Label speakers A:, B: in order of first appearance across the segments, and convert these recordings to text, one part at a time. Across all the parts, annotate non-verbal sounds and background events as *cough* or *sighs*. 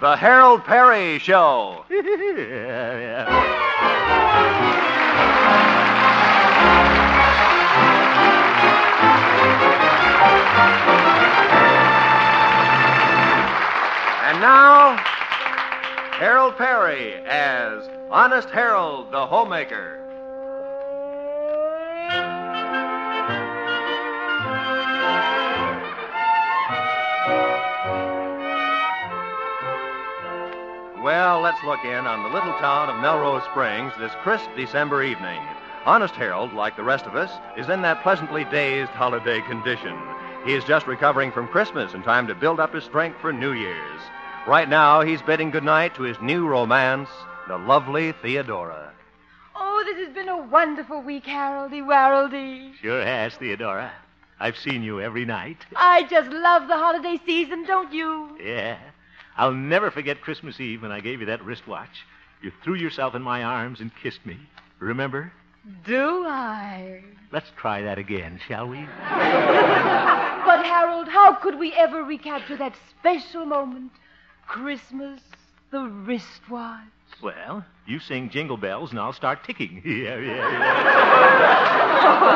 A: The Harold Perry Show.
B: *laughs* Oh,
A: And now, Harold Perry as Honest Harold the Homemaker. Well, let's look in on the little town of Melrose Springs this crisp December evening. Honest Harold, like the rest of us, is in that pleasantly dazed holiday condition. He is just recovering from Christmas in time to build up his strength for New Year's. Right now, he's bidding goodnight to his new romance, the lovely Theodora.
B: Oh, this has been a wonderful week, Haroldy Waroldy.
C: Sure has, Theodora. I've seen you every night.
B: I just love the holiday season, don't you?
C: Yeah. I'll never forget Christmas Eve when I gave you that wristwatch. You threw yourself in my arms and kissed me. Remember?
B: Do I?
C: Let's try that again, shall we?
B: But, Harold, how could we ever recapture that special moment? Christmas, the *laughs* wristwatch.
C: Well, you sing jingle bells and I'll start ticking. *laughs* yeah, yeah,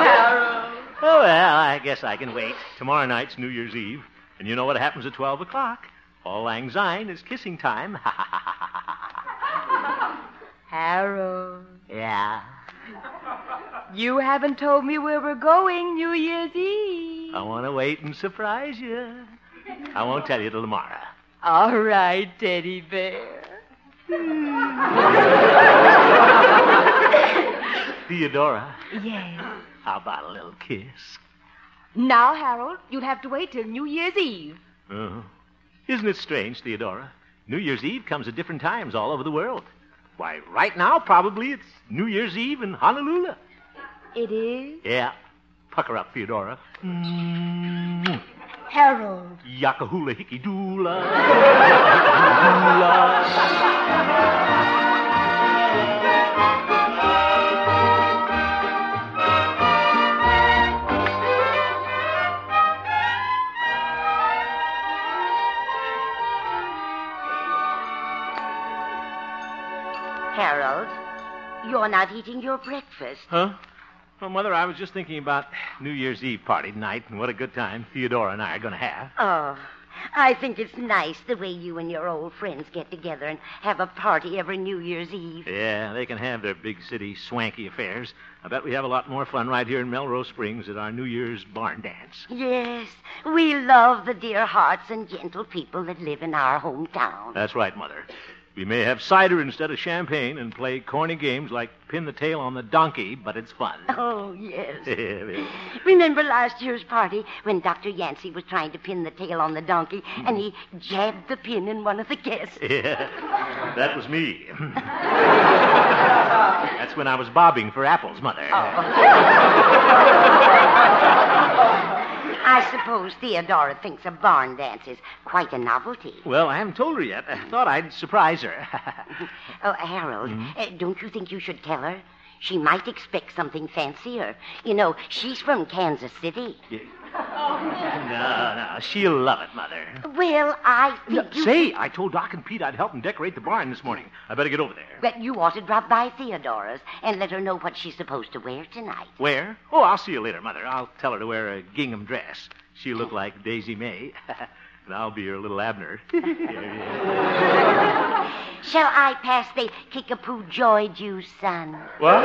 C: yeah. Oh, well, I guess I can wait. Tomorrow night's New Year's Eve, and you know what happens at 12 o'clock. All Lang Syne is kissing time. *laughs* Ha ha ha ha ha.
B: Harold,
C: Yeah.
B: you haven't told me where we're going New Year's Eve.
C: I want to wait and surprise you. I won't tell you till tomorrow.
B: All right, teddy *laughs* bear.
C: Theodora,
B: Yes.
C: how about a little kiss?
B: Now, Harold, you'll have to wait till New Year's Eve.
C: Uh-huh. Isn't it strange, Theodora? New Year's Eve comes at different times all over the world. Why, right now, probably it's New Year's Eve in Honolulu.
B: It is?
C: Yeah. Pucker up, Theodora. Mm,
B: Harold.
C: yakahula hickey doola.
D: Harold, you're not eating your breakfast.
C: Huh? Well, Mother, I was just thinking about New Year's Eve party tonight and what a good time Theodora and I are going to have.
D: Oh, I think it's nice the way you and your old friends get together and have a party every New Year's Eve.
C: Yeah, they can have their big city swanky affairs. I bet we have a lot more fun right here in Melrose Springs at our New Year's barn dance.
D: Yes, we love the dear hearts and gentle people that live in our hometown.
C: That's right, Mother. We may have cider instead of champagne and play corny games like pin the tail on the donkey, but it's fun. *laughs*
D: Oh, *laughs* yes.
C: Yeah,
D: Remember last year's party when Dr. Yancey was trying to pin the tail on the donkey and he jabbed the pin in one of the guests?
C: yeah. That was me. That's when I was bobbing for apples, Mother.
D: I suppose Theodora thinks a barn dance is quite a novelty.
C: Well, I haven't told her yet. I thought I'd surprise her. *laughs*
D: Oh, Harold, uh, don't you think you should tell her? She might expect something fancier. You know, she's from Kansas City.
C: no, no. She'll love it, Mother.
D: Well, I think you,
C: Say, I told Doc and Pete I'd help them decorate the barn this morning. I better get over there.
D: that you ought to drop by Theodora's and let her know what she's supposed to wear tonight.
C: Where? Oh, I'll see you later, Mother. I'll tell her to wear a gingham dress. She'll look like Daisy May. *laughs* and I'll be her little Abner. *laughs*
D: Shall I pass the Kickapoo Joy Juice, son?
C: what? *laughs*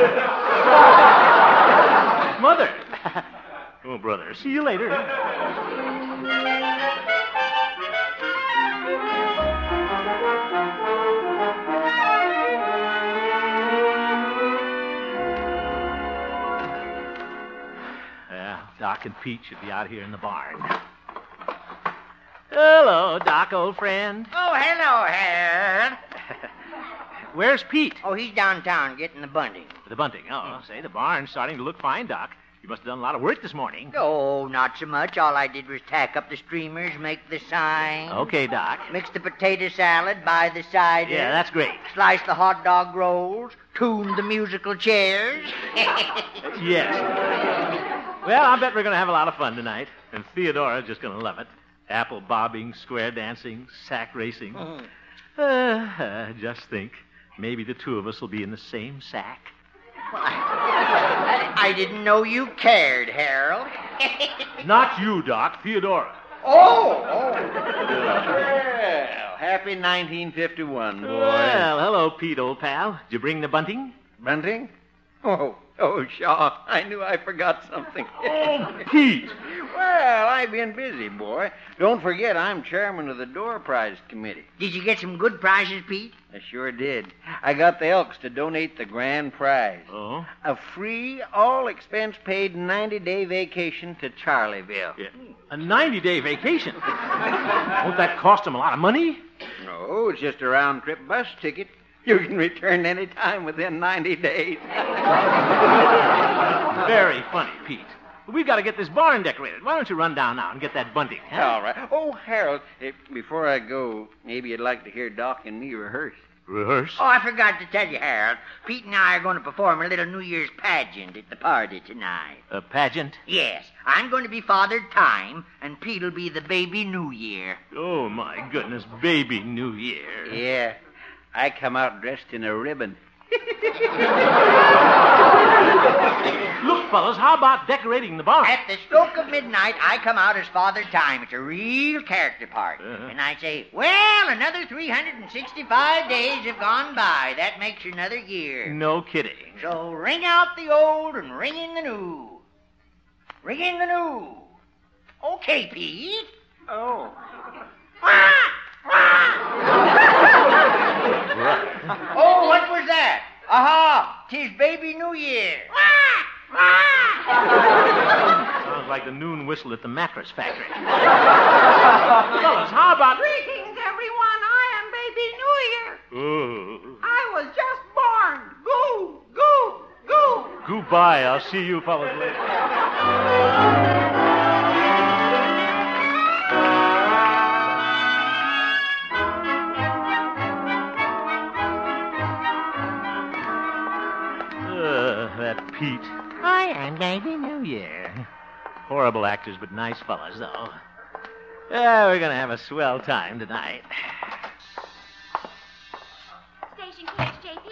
C: Mother! *laughs* oh, brother. See you later. Yeah, Doc and Pete should be out here in the barn. Hello, Doc, old friend. *laughs*
E: Oh, hello, Harold.
C: Where's Pete?
E: Oh, he's downtown getting the bunting.
C: The bunting. Oh, say, the barn's starting to look fine, Doc. You must have done a lot of work this morning.
E: Oh, not so much. All I did was tack up the streamers, make the sign.
C: Okay, Doc.
E: Mix the potato salad, buy the cider.
C: Yeah, that's great.
E: Slice the hot dog rolls, tune the musical chairs.
C: Yes. Well, I bet we're going to have a lot of fun tonight. And Theodora's just going to love it. Apple bobbing, square dancing, sack racing. Uh, just think. Maybe the two of us will be in the same sack.
E: I, I didn't know you cared, Harold.
C: Not you, Doc. Theodora.
E: Oh, oh.
F: Well, happy 1951, boys.
C: Well, hello, Pete, old pal. Did you bring the bunting?
F: Bunting? Oh, oh, Shaw, I knew I forgot something.
E: Oh,
C: Oh, Pete!
F: well, I've been busy, boy. Don't forget, I'm chairman of the Door Prize Committee.
E: Did you get some good prizes, Pete?
F: I sure did. I got the Elks to donate the grand prize
C: Oh?
F: a free, all expense paid 90 day vacation to Charlieville.
C: Yeah. A 90 day vacation. Won't that cost him a lot of money?
F: No, it's just a round trip bus ticket. You can return any time within 90
E: *laughs*
F: days.
C: Very funny, Pete. But we've got to get this barn decorated. Why don't you run down now and get that bunting? huh?
F: All right. Oh, Harold, eh, before I go, maybe you'd like to hear Doc and me rehearse.
C: Rehearse?
E: Oh, I forgot to tell you, Harold. Pete and I are going to perform a little New Year's pageant at the party tonight.
C: A pageant?
E: Yes, I'm going to be Father Time, and Pete'll be the baby New Year.
C: Oh, my goodness. Baby New Year.
F: Yeah. I come out dressed in a ribbon.
C: Look, fellas, how about decorating the barn?
E: At the stroke of midnight, I come out as Father Time. It's a real character part.
C: Uh-huh.
E: And I say, Well, another 365 days have gone by. That makes another year.
C: No kidding.
E: So ring out the old and ring in the new. Ring in the new. Okay, Pete. Ah!
F: Oh.
E: Oh, what was that? Aha! Tis baby New Year.
C: Sounds like the noon whistle at the mattress factory. fellas, how about.
G: Greetings, everyone. I am Baby New Year.
C: Oh.
G: I was just born. Goo, goo, goo.
C: Goodbye. I'll see you fellas later. Ugh, Uh, that Pete. I am Baby New Year. Horrible actors, but nice fellas, though. Yeah, we're gonna have a swell time tonight.
H: Station KHJP.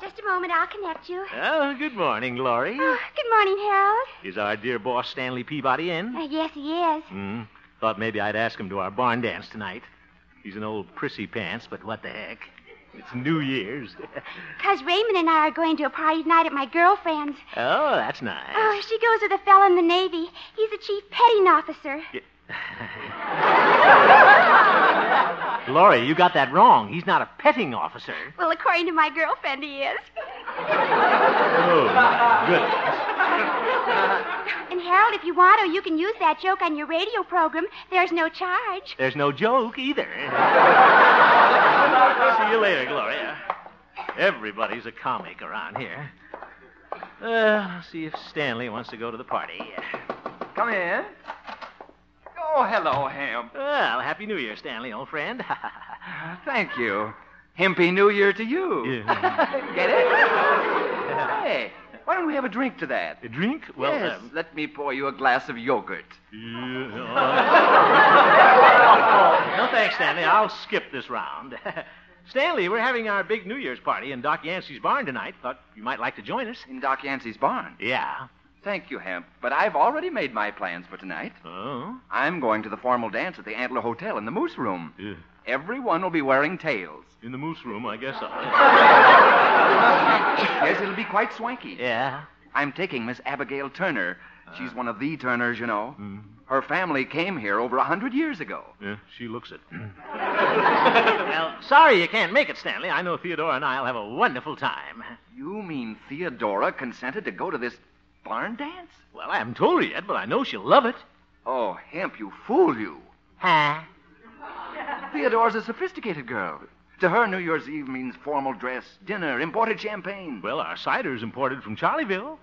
H: Just a moment, I'll connect you.
C: Oh, good morning, Laurie.
H: Oh, good morning, Harold.
C: Is our dear boss Stanley Peabody in?
H: Uh, yes, he is.
C: Hmm. Thought maybe I'd ask him to our barn dance tonight. He's an old prissy pants, but what the heck? It's New Year's. *laughs*
H: Cuz Raymond and I are going to a party tonight at my girlfriend's.
C: oh, that's nice.
H: Oh, she goes with a fellow in the Navy. He's a chief petting officer.
C: *laughs* Laurie, you got that wrong. He's not a petting officer.
H: Well, according to my girlfriend, he is.
C: Oh, my goodness.
H: And Harold, if you want to, you can use that joke on your radio program. There's no charge.
C: There's no joke either. *laughs* See you later, Gloria. Everybody's a comic around here. Uh, see if Stanley wants to go to the party.
F: Come in. Oh, hello, Hemp.
C: Well, Happy New Year, Stanley, old friend. *laughs*
F: Ah, Thank you. Hempy New Year to you. *laughs* Get it? hey, why don't we have a drink to that?
C: A drink? Well,
F: yes,
C: um,
F: let me pour you a glass of yogurt.
C: *laughs* no thanks, Stanley. I'll skip this round. *laughs* Stanley, we're having our big New Year's party in Doc Yancey's barn tonight. Thought you might like to join us.
F: In Doc Yancey's barn.
C: Yeah.
F: Thank you, Hemp, but I've already made my plans for tonight.
C: Oh.
F: I'm going to the formal dance at the Antler Hotel in the Moose Room. Everyone will be wearing tails.
C: In the moose room, I guess. I'll...
F: Yes, it'll be quite swanky.
C: *laughs* Yeah. Uh.
F: I'm taking Miss Abigail Turner. She's one of the Turners, you know.
C: Mm-hmm.
F: Her family came here over a hundred years ago.
C: Yeah, she looks it. *clears throat* well, sorry you can't make it, Stanley. I know Theodore and I'll have a wonderful time.
F: You mean Theodora consented to go to this barn dance?
C: Well, I haven't told her yet, but I know she'll love it.
F: Oh, Hemp, you fool, you.
E: Huh?
F: Theodora's a sophisticated girl. To her, New Year's Eve means formal dress, dinner, imported champagne.
C: Well, our cider's imported from Charlieville.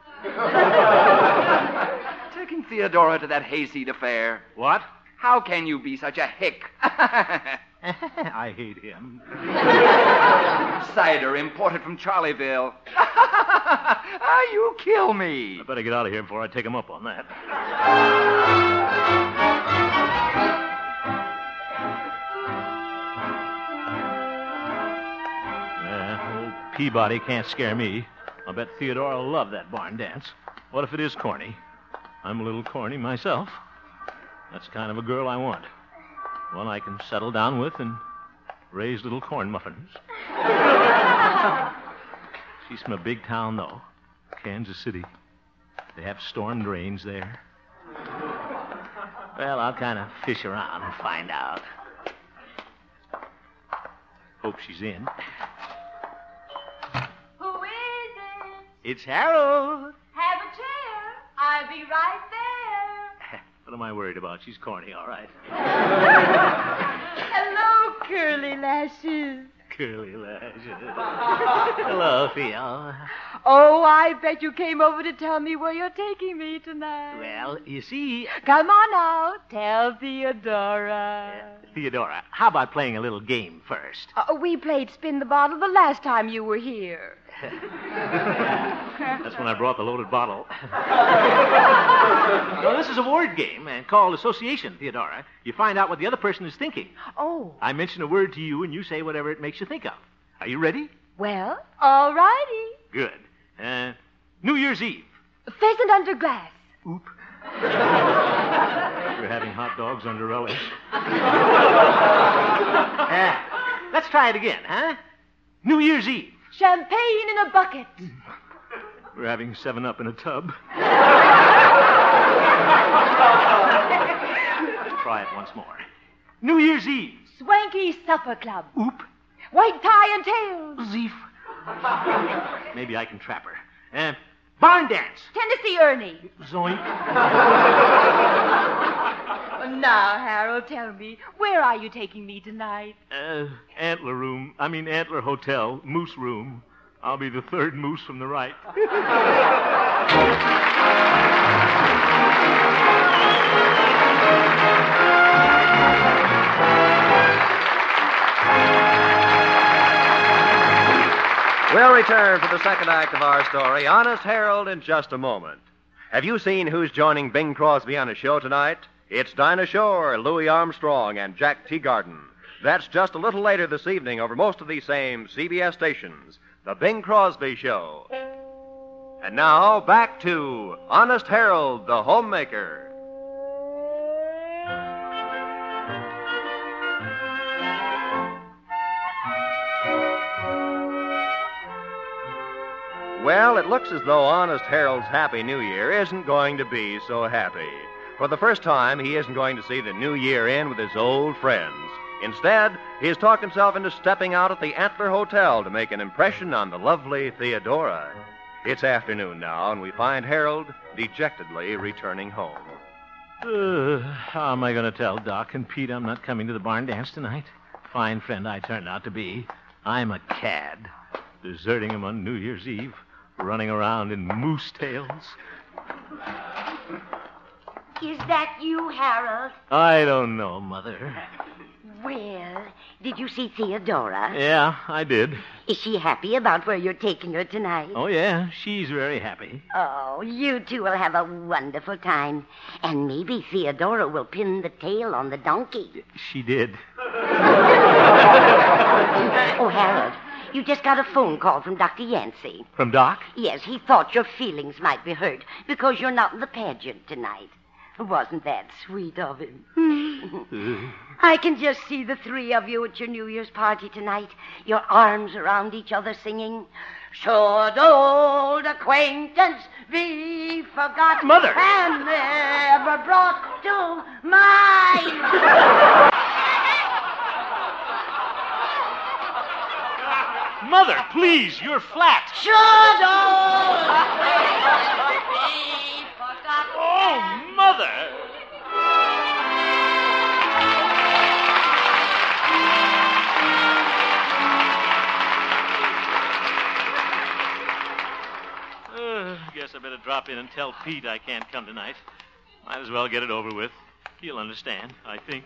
F: Taking Theodora to that hayseed affair.
C: What? *laughs*
F: How can you be such a hick? *laughs*
C: I hate him.
F: Cider imported from Charlieville. *laughs* Ah, you kill me.
C: I better get out of here before I take him up on that. Peabody can't scare me. I bet Theodore will love that barn dance. What if it is corny? I'm a little corny myself. That's the kind of a girl I want. One I can settle down with and raise little corn muffins. She's from a big town, though Kansas City. They have storm drains there. Well, I'll kind of fish around and find out. Hope she's in.
G: Who is it?
C: It's Harold.
G: Have a chair. I'll be right there.
C: *laughs* What am I worried about? She's corny, all right.
B: Hello, curly lashes.
C: Curly lashes. Hello, Theo.
B: Oh, I bet you came over to tell me where you're taking me tonight.
C: Well, you see,
B: Come on out. Tell Theodora.
C: Theodora, how about playing a little game first?
B: Uh, we played spin the bottle the last time you were here.
C: That's when I brought the loaded *laughs* bottle. no, this is a word game and called association, Theodora. You find out what the other person is thinking.
B: Oh,
C: I mention a word to you, and you say whatever it makes you think of. Are you ready?
B: well, all righty.
C: Good. Uh, New Year's Eve.
B: Pheasant under glass.
C: Oop. We're having hot dogs under *laughs* relish. uh, let's try it again, huh? New Year's Eve.
B: Champagne in a bucket.
D: Mm.
C: We're having seven up in a *laughs* tub. Try it once more. New Year's Eve.
B: Swanky supper club.
C: Oop.
B: White tie and tails.
C: Zeef. Maybe I can trap her. Uh, barn dance.
B: Tennessee Ernie.
C: Zoink.
D: Uh,
B: Now, Harold, tell me, where are you taking me tonight?
C: Uh, antler room. I mean, antler hotel. Moose room. I'll be the third moose from the right.
A: We'll return to the second act of our story, Honest Harold, in just a moment. Have you seen who's joining Bing Crosby on his show tonight? It's Dinah Shore, Louis Armstrong, and Jack Teagarden. That's just a little later this evening over most of these same CBS stations. The Bing Crosby Show. And now, back to Honest Harold, the homemaker. Well, it looks as though Honest Harold's Happy New Year isn't going to be so happy. For the first time, he isn't going to see the new year in with his old friends. Instead, he has talked himself into stepping out at the Antler Hotel to make an impression on the lovely Theodora. It's afternoon now, and we find Harold dejectedly returning home.
C: Uh, how am I going to tell Doc and Pete I'm not coming to the barn dance tonight? Fine friend I turned out to be. I'm a cad. Deserting him on New Year's Eve, running around in moose tails.
D: Is that you, Harold?
C: I don't know, Mother.
D: Well, did you see Theodora?
C: Yeah, I did.
D: Is she happy about where you're taking her tonight?
C: Oh, yeah, she's very happy.
D: Oh, you two will have a wonderful time. And maybe Theodora will pin the tail on the donkey.
C: She did.
D: Oh, Harold, you just got a phone call from Dr. Yancey.
C: From Doc?
D: Yes, he thought your feelings might be hurt because you're not in the pageant tonight. Wasn't that sweet of him? *laughs* I can just see the three of you at your New Year's party tonight, your arms around each other singing. Should old acquaintance be forgot
C: Mother!
D: and never brought to mind?
C: Mother, please, you're flat.
D: Should old acquaintance be forgot
C: Oh, Mother! Uh, guess I better drop in and tell Pete I can't come tonight. Might as well get it over with. He'll understand, I think.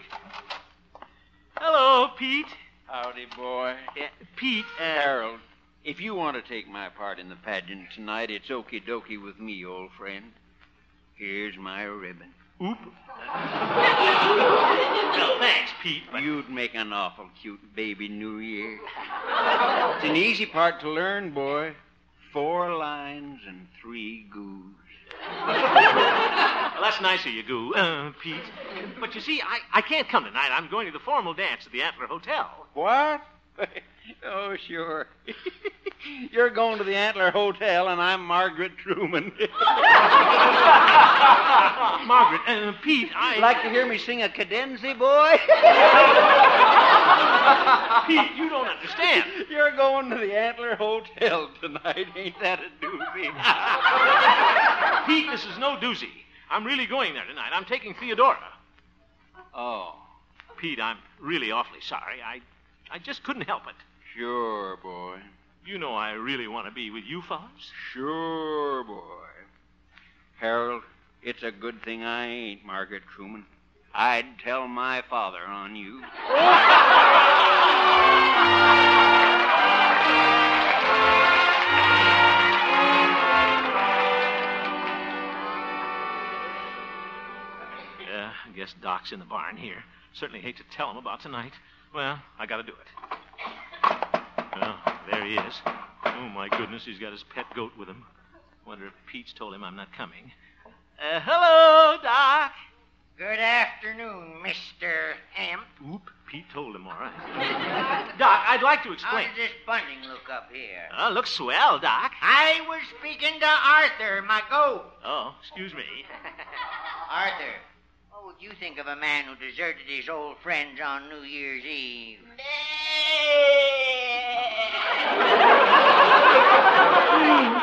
C: Hello, Pete.
I: Howdy, boy.
C: Uh, Pete, uh,
I: Harold, if you want to take my part in the pageant tonight, it's okie dokie with me, old friend. Here's my ribbon.
C: oop. well, thanks, Pete. But
I: You'd make an awful cute baby New Year. It's an easy part to learn, boy. Four lines and three goos.
C: Well, that's nice of you, Goo, uh, Pete. But you see, I, I can't come tonight. I'm going to the formal dance at the Antler Hotel.
I: What? *laughs* oh, sure. *laughs* You're going to the Antler Hotel, and I'm Margaret Truman.
C: Margaret, uh, Pete, I.
I: like to hear me sing a cadenza, boy?
C: *laughs* Pete, you don't understand.
I: *laughs*
C: *laughs*
I: You're going to the Antler Hotel tonight. Ain't that a doozy?
C: Pete, this is no doozy. I'm really going there tonight. I'm taking Theodora.
I: oh,
C: Pete, I'm really awfully sorry. I, I just couldn't help it.
I: sure,
F: *laughs*
I: boy.
C: You know I really want to be with you fellas.
I: Sure, boy. Harold, it's a good thing I ain't Margaret Truman. I'd tell my father on you.
C: Uh, Yeah, I guess Doc's in the barn here. Certainly hate to tell him about tonight. Well, I gotta do it. Well, there he is. Oh, my goodness, he's got his pet goat with him. Wonder if Pete's told him I'm not coming. Uh, hello, Doc.
E: Good afternoon, Mr.
I: *laughs*
E: Amp.
C: Oop, Pete told him, all right. Doc, I'd like to
E: How
C: explain.
E: does this bunting look up here?
C: Oh, looks swell, Doc.
E: I was speaking to Arthur, my goat.
C: Oh, excuse me.
E: *laughs* Arthur, what would you think of a man who deserted his old friends on New Year's Eve?
C: Uh,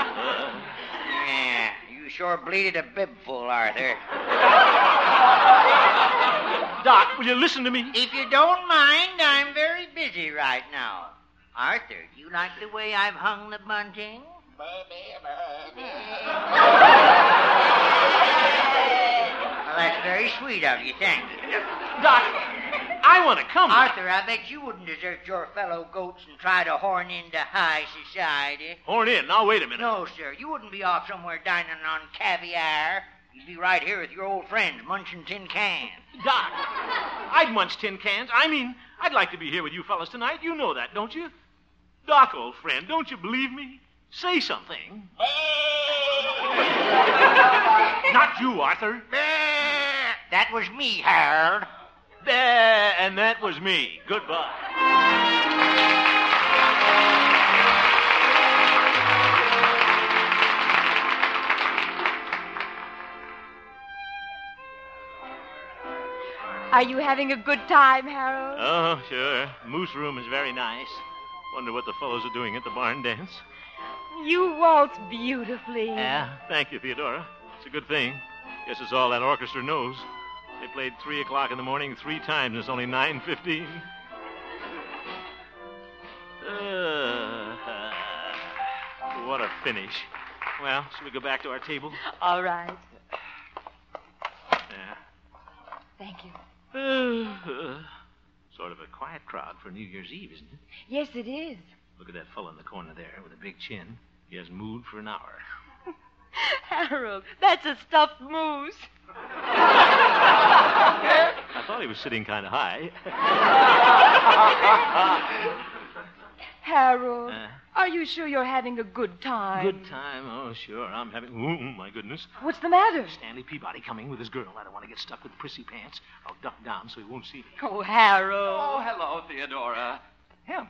E: yeah, you sure bleated a bib full, Arthur.
C: Doc, will you listen to me?
E: If you don't mind, I'm very busy right now. Arthur, do you like the way I've hung the bunting? Well, that's very sweet of you, thank you.
C: Doc, I want to come.
E: Arthur, I bet you wouldn't desert your fellow goats and try to horn into high society.
C: Horn in. Now, wait a minute.
E: No, sir, you wouldn't be off somewhere dining on caviar. You'd be right here with your old friends munching tin cans.
C: Doc, I'd munch tin cans. I mean, I'd like to be here with you fellas tonight. You know that, don't you? Doc, old friend, don't you believe me? Say something. Not you, Arthur.
E: That was me, Harold.
C: Bah, and that was me. Goodbye.
B: Are you having a good time, Harold?
C: Oh, sure. Moose Room is very nice. Wonder what the fellows are doing at the barn dance.
B: you waltz beautifully.
C: Yeah. Thank you, Theodora. It's a good thing. Guess it's all that orchestra knows. They played three o'clock in the morning three times, and it's only nine fifteen. Uh, what a finish! Well, shall we go back to our table?
B: All right.
C: Yeah. *sighs*
B: Thank you.
C: Uh, sort of a quiet crowd for New Year's Eve, isn't it?
B: Yes, it is.
C: Look at that fellow in the corner there with a big chin. He has mood for an hour.
B: *laughs* Harold, that's a stuffed moose.
C: I thought he was sitting kind of high.
B: *laughs*
F: Oh,
B: Harold,
C: Uh.
B: are you sure you're having a good time?
C: Good time. Oh, sure. I'm having. Ooh, my goodness.
B: What's the matter?
C: Stanley Peabody coming with his girl. I don't want to get stuck with prissy pants. I'll duck down so he won't see me.
B: Oh, Harold.
F: Oh, hello, Theodora. Hemp,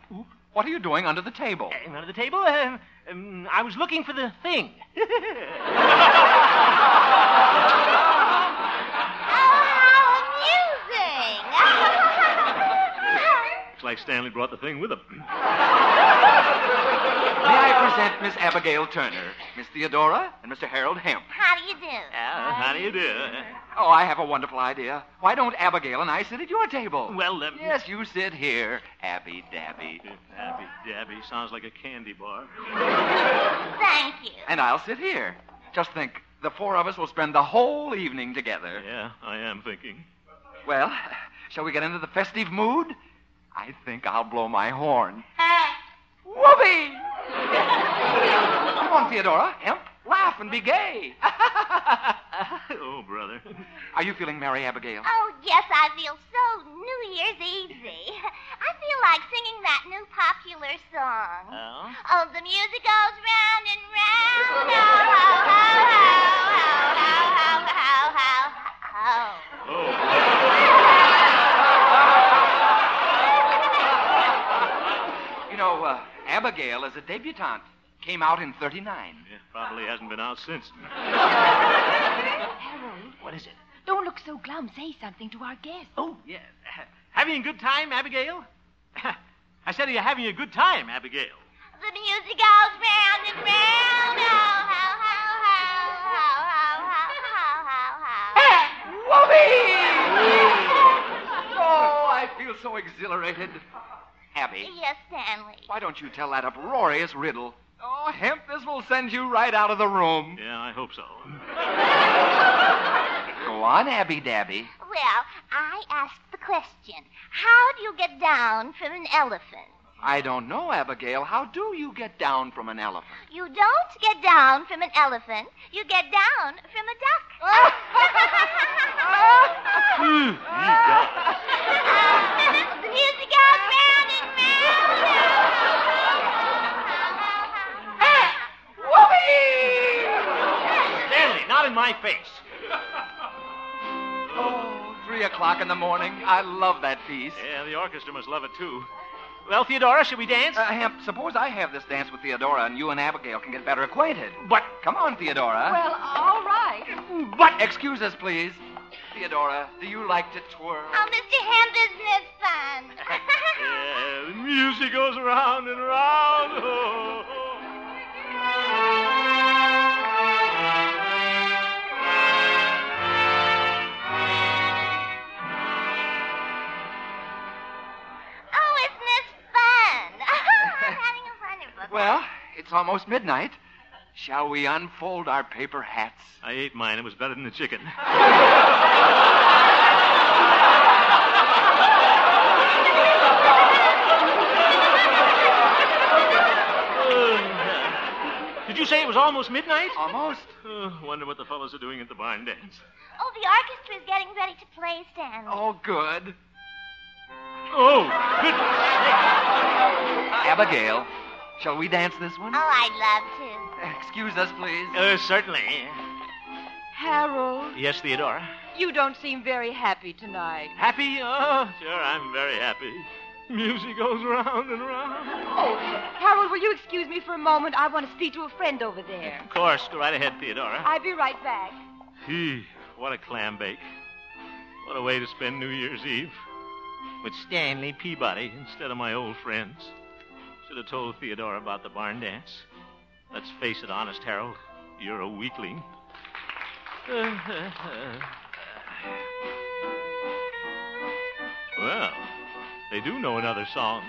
F: what are you doing under the table?
C: Came under the table. Um, um, I was looking for the thing. *laughs*
D: *laughs*
C: Looks like Stanley brought the thing with him.
F: May I present Miss Abigail Turner, Miss Theodora, and Mr. Harold Hemp?
H: How do you do?
B: Uh,
C: Uh, how do you do?
F: Oh, I have a wonderful idea. Why don't Abigail and I sit at your table?
C: Well, um,
F: yes, you sit here, Abby Dabby.
C: Dabby Dabby sounds like a candy bar.
H: Thank you.
F: And I'll sit here. Just think, the four of us will spend the whole evening together.
C: Yeah, I am thinking.
F: Well, shall we get into the festive mood? I think I'll blow my horn.
B: uh,
F: Whoopee! Come on, Theodora, Hemp, laugh and be gay. *laughs*
C: Oh, brother.
F: Are you feeling merry, Abigail?
H: Oh, yes, I feel so New Year's Easy. I feel
J: like singing that new popular song.
G: Oh?
J: Oh, the music goes round and round. Oh, ho, ho, ho, ho, ho, ho, ho, ho, ho.
C: Oh,
F: You know, uh, Abigail is a debutante. Came out in 39.
C: Probably hasn't been out since.
B: Harold,
C: What is it?
B: don't look so glum. Say something to our guest.
C: Oh,
F: *laughs*
C: yes. Having a good time, Abigail? I said, are you having a good time, Abigail?
J: The music goes round and round. Oh, ho, ho, ho, ho, ho, ho, ho, ho, ho.
F: *laughs* Oh, I feel so exhilarated. Abby,
J: Yes, Stanley.
F: why don't you tell that uproarious riddle? Oh, Hemp, this will send you right out of the room.
C: Yeah, I hope so.
F: Go on, Abby Dabby.
J: Well, I asked the question How do you get down from an elephant?
F: I don't know, Abigail. How do you get down from an elephant?
J: You don't get down from an elephant, you get down from a duck. *laughs* the music goes round and
C: Stanley, not in my face.
F: Oh, three o'clock in the morning. I love that piece.
C: Yeah, the orchestra must love it, too. Well, Theodora, should we dance?
F: Uh, Hemp, suppose I have this dance with Theodora and you and Abigail can get better acquainted.
C: but
F: Come on, Theodora.
B: Well, all right.
F: But excuse us, please. Theodora, do you like to twirl?
J: *laughs* Oh, Mr. Ham, isn't it fun? *laughs*
C: Yeah, the music goes round and round. Oh, oh.
J: oh, isn't this fun? *laughs* I'm having a wonderful
F: Well, it's almost midnight. Shall we unfold our paper hats?
C: I ate mine. It was better than the chicken. Did you say it was almost midnight?
F: Almost.
C: Oh, wonder what the fellows are doing at the barn dance.
J: Oh, the orchestra is getting ready to play, Stanley.
F: Oh, good.
C: Oh, good.
F: Abigail, shall we dance this one?
J: Oh, I'd love to.
F: Uh, Excuse us, please.
C: Uh, certainly.
B: Harold,
C: Yes, Theodora.
B: you don't seem very happy tonight.
C: Happy? Oh, sure, I'm very happy. Music goes round and round.
B: Oh, Harold, will you excuse me for a moment? I want to speak to a friend over there.
C: Of course, go right ahead, Theodora.
B: I'll be right back.
C: Gee, what a clam bake. What a way to spend New Year's Eve. With Stanley Peabody instead of my old friends. Should have told Theodora about the barn dance. Let's face it, honest Harold, you're a weakling. *laughs* well, they do know another song.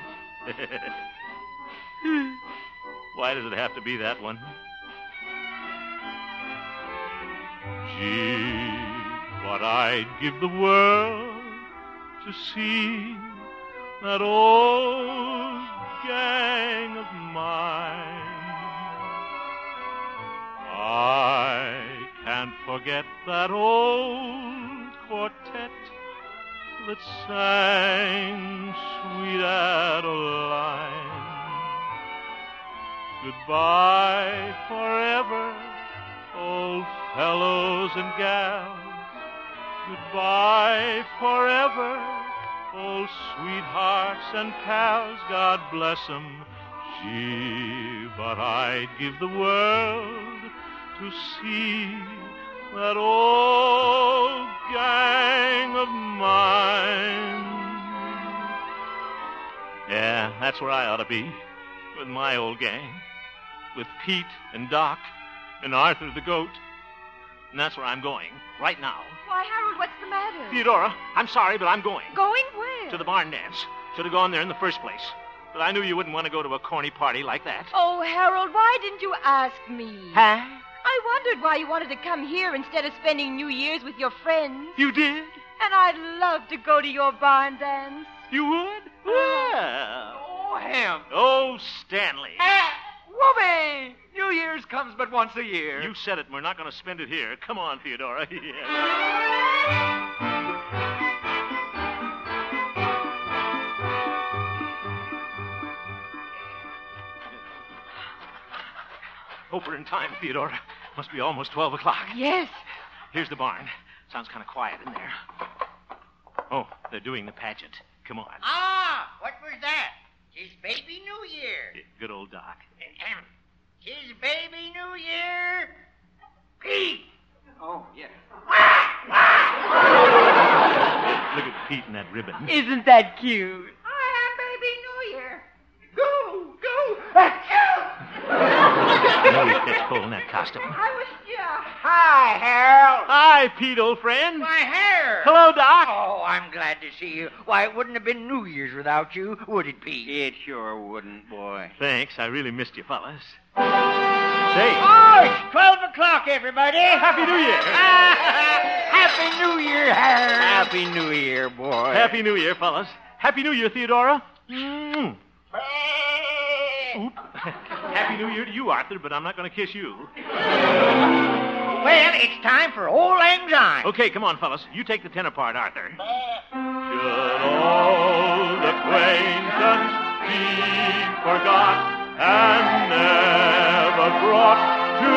C: Why does it have to be that one? Gee, what I'd give the world to see that old gang of mine. I can't forget that old quartet that sang Sweet Adeline. Goodbye forever, old fellows and gals. Goodbye forever, old sweethearts and pals. God bless 'em. Gee, but I'd give the world to see that old gang of mine. Yeah, that's where I ought to be, with my old gang, with Pete and Doc and Arthur the goat. And that's where I'm going, right now.
B: Why, Harold, what's the matter?
C: Theodora, I'm sorry, but I'm going.
B: Going where?
C: To the barn dance. Should have gone there in the first place. But I knew you wouldn't want to go to a corny party like that.
B: Oh, Harold, why didn't you ask me?
C: Huh?
B: I wondered why you wanted to come here instead of spending New Year's with your friends.
C: You did?
B: And I'd love to go to your barn dance.
C: You would?
B: Uh-huh.
C: Well.
F: Oh, Hemp.
C: Oh, Stanley.
F: Whoopee! New Year's comes but once a year.
C: You said it, and we're not going to spend it here. Come on, Theodora. *laughs* Yeah.
J: Thank
C: Hope we're in time, Theodora. Must be almost 12 o'clock.
B: Yes.
C: Here's the barn. Sounds kind of quiet in there. Oh, they're doing the pageant. Come on.
E: Ah, what was that? Tis baby New Year.
C: Good old Doc.
E: Ahem. Tis baby New Year. Pete.
F: Oh, yeah.
E: *laughs*
C: Look at Pete and that ribbon.
B: Isn't that cute?
G: I am Baby New Year. Go, go.
C: You know he's pitch cold in that costume.
G: I was, yeah.
E: Hi, Harold.
C: Hi, Pete, old friend.
E: My hair.
C: Hello, Doc.
E: Oh, I'm glad to see you. Why, it wouldn't have been New Year's without you, would it, Pete?
I: It sure wouldn't, boy.
C: Thanks. I really missed you fellas. Say,
E: Oh, it's 12 o'clock, everybody.
C: Happy New
E: *laughs*
C: Year.
E: Happy New Year, Harold.
I: Happy New Year, boy.
C: Happy New Year, fellas. Happy New Year, Theodora. Mm. Oop. *laughs* Happy New Year to you, Arthur, but I'm not going to kiss you.
E: Well, it's time for old lang syne.
C: Okay, come on, fellas. You take the tenor part, Arthur.
K: Should old acquaintance be forgot and never brought to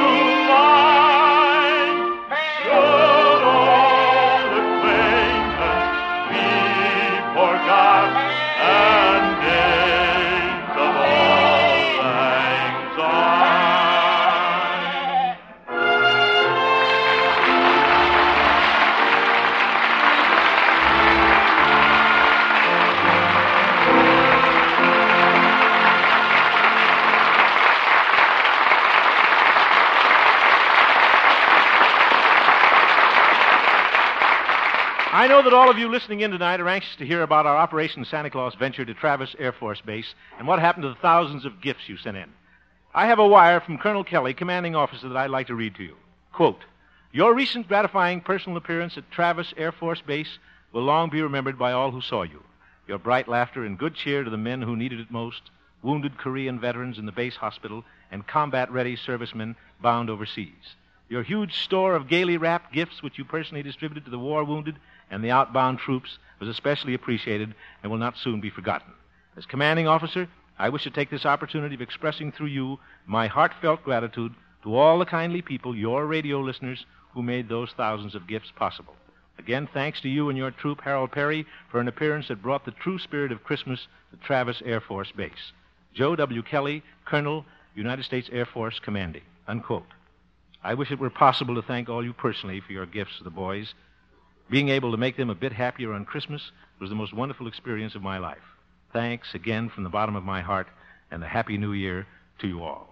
K: mind? Should old acquaintance be forgot and days of auld lang syne?
C: I know that all of you listening in tonight are anxious to hear about our Operation Santa Claus venture to Travis Air Force Base and what happened to the thousands of gifts you sent in. I have a wire from Colonel Kelly, commanding officer, that I'd like to read to you. Quote Your recent gratifying personal appearance at Travis Air Force Base will long be remembered by all who saw you. Your bright laughter and good cheer to the men who needed it most wounded Korean veterans in the base hospital and combat ready servicemen bound overseas. Your huge store of gaily wrapped gifts, which you personally distributed to the war wounded and the outbound troops was especially appreciated and will not soon be forgotten. As commanding officer, I wish to take this opportunity of expressing through you my heartfelt gratitude to all the kindly people, your radio listeners, who made those thousands of gifts possible. Again, thanks to you and your troop, Harold Perry, for an appearance that brought the true spirit of Christmas to Travis Air Force Base. Joe W. Kelly, Colonel, United States Air Force Commanding. Unquote. I wish it were possible to thank all you personally for your gifts to the boys. Being able to make them a bit happier on Christmas was the most wonderful experience of my life. Thanks again from the bottom of my heart, and a Happy New Year to you all.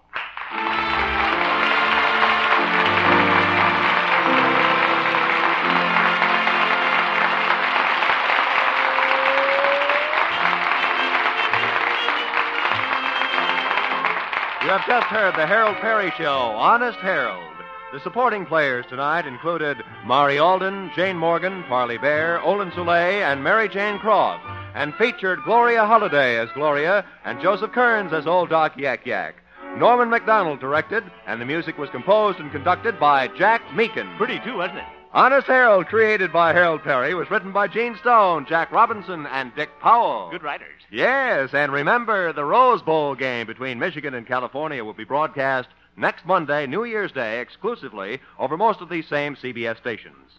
A: You have just heard the Harold Perry Show, Honest Harold. The supporting players tonight included Mari Alden, Jane Morgan, Parley Bear, Olin Soule, and Mary Jane Croft, and featured Gloria Holliday as Gloria and Joseph Kearns as Old Doc Yak Yak. Norman MacDonald directed, and the music was composed and conducted by Jack Meakin.
C: Pretty, too, wasn't it?
A: Honest Harold, created by Harold Perry, was written by Gene Stone, Jack Robinson, and Dick Powell.
C: Good writers.
A: Yes, and remember, the Rose Bowl game between Michigan and California will be broadcast next Monday, New Year's Day, exclusively over most of these same CBS stations.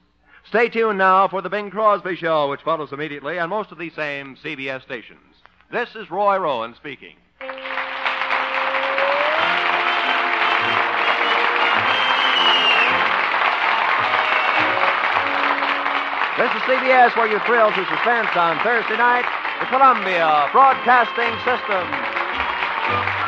A: Stay tuned now for the Bing Crosby Show, which follows immediately on most of these same CBS stations. This is Roy Rowan speaking. This is CBS, where you thrill to suspense on Thursday night, the Columbia Broadcasting System.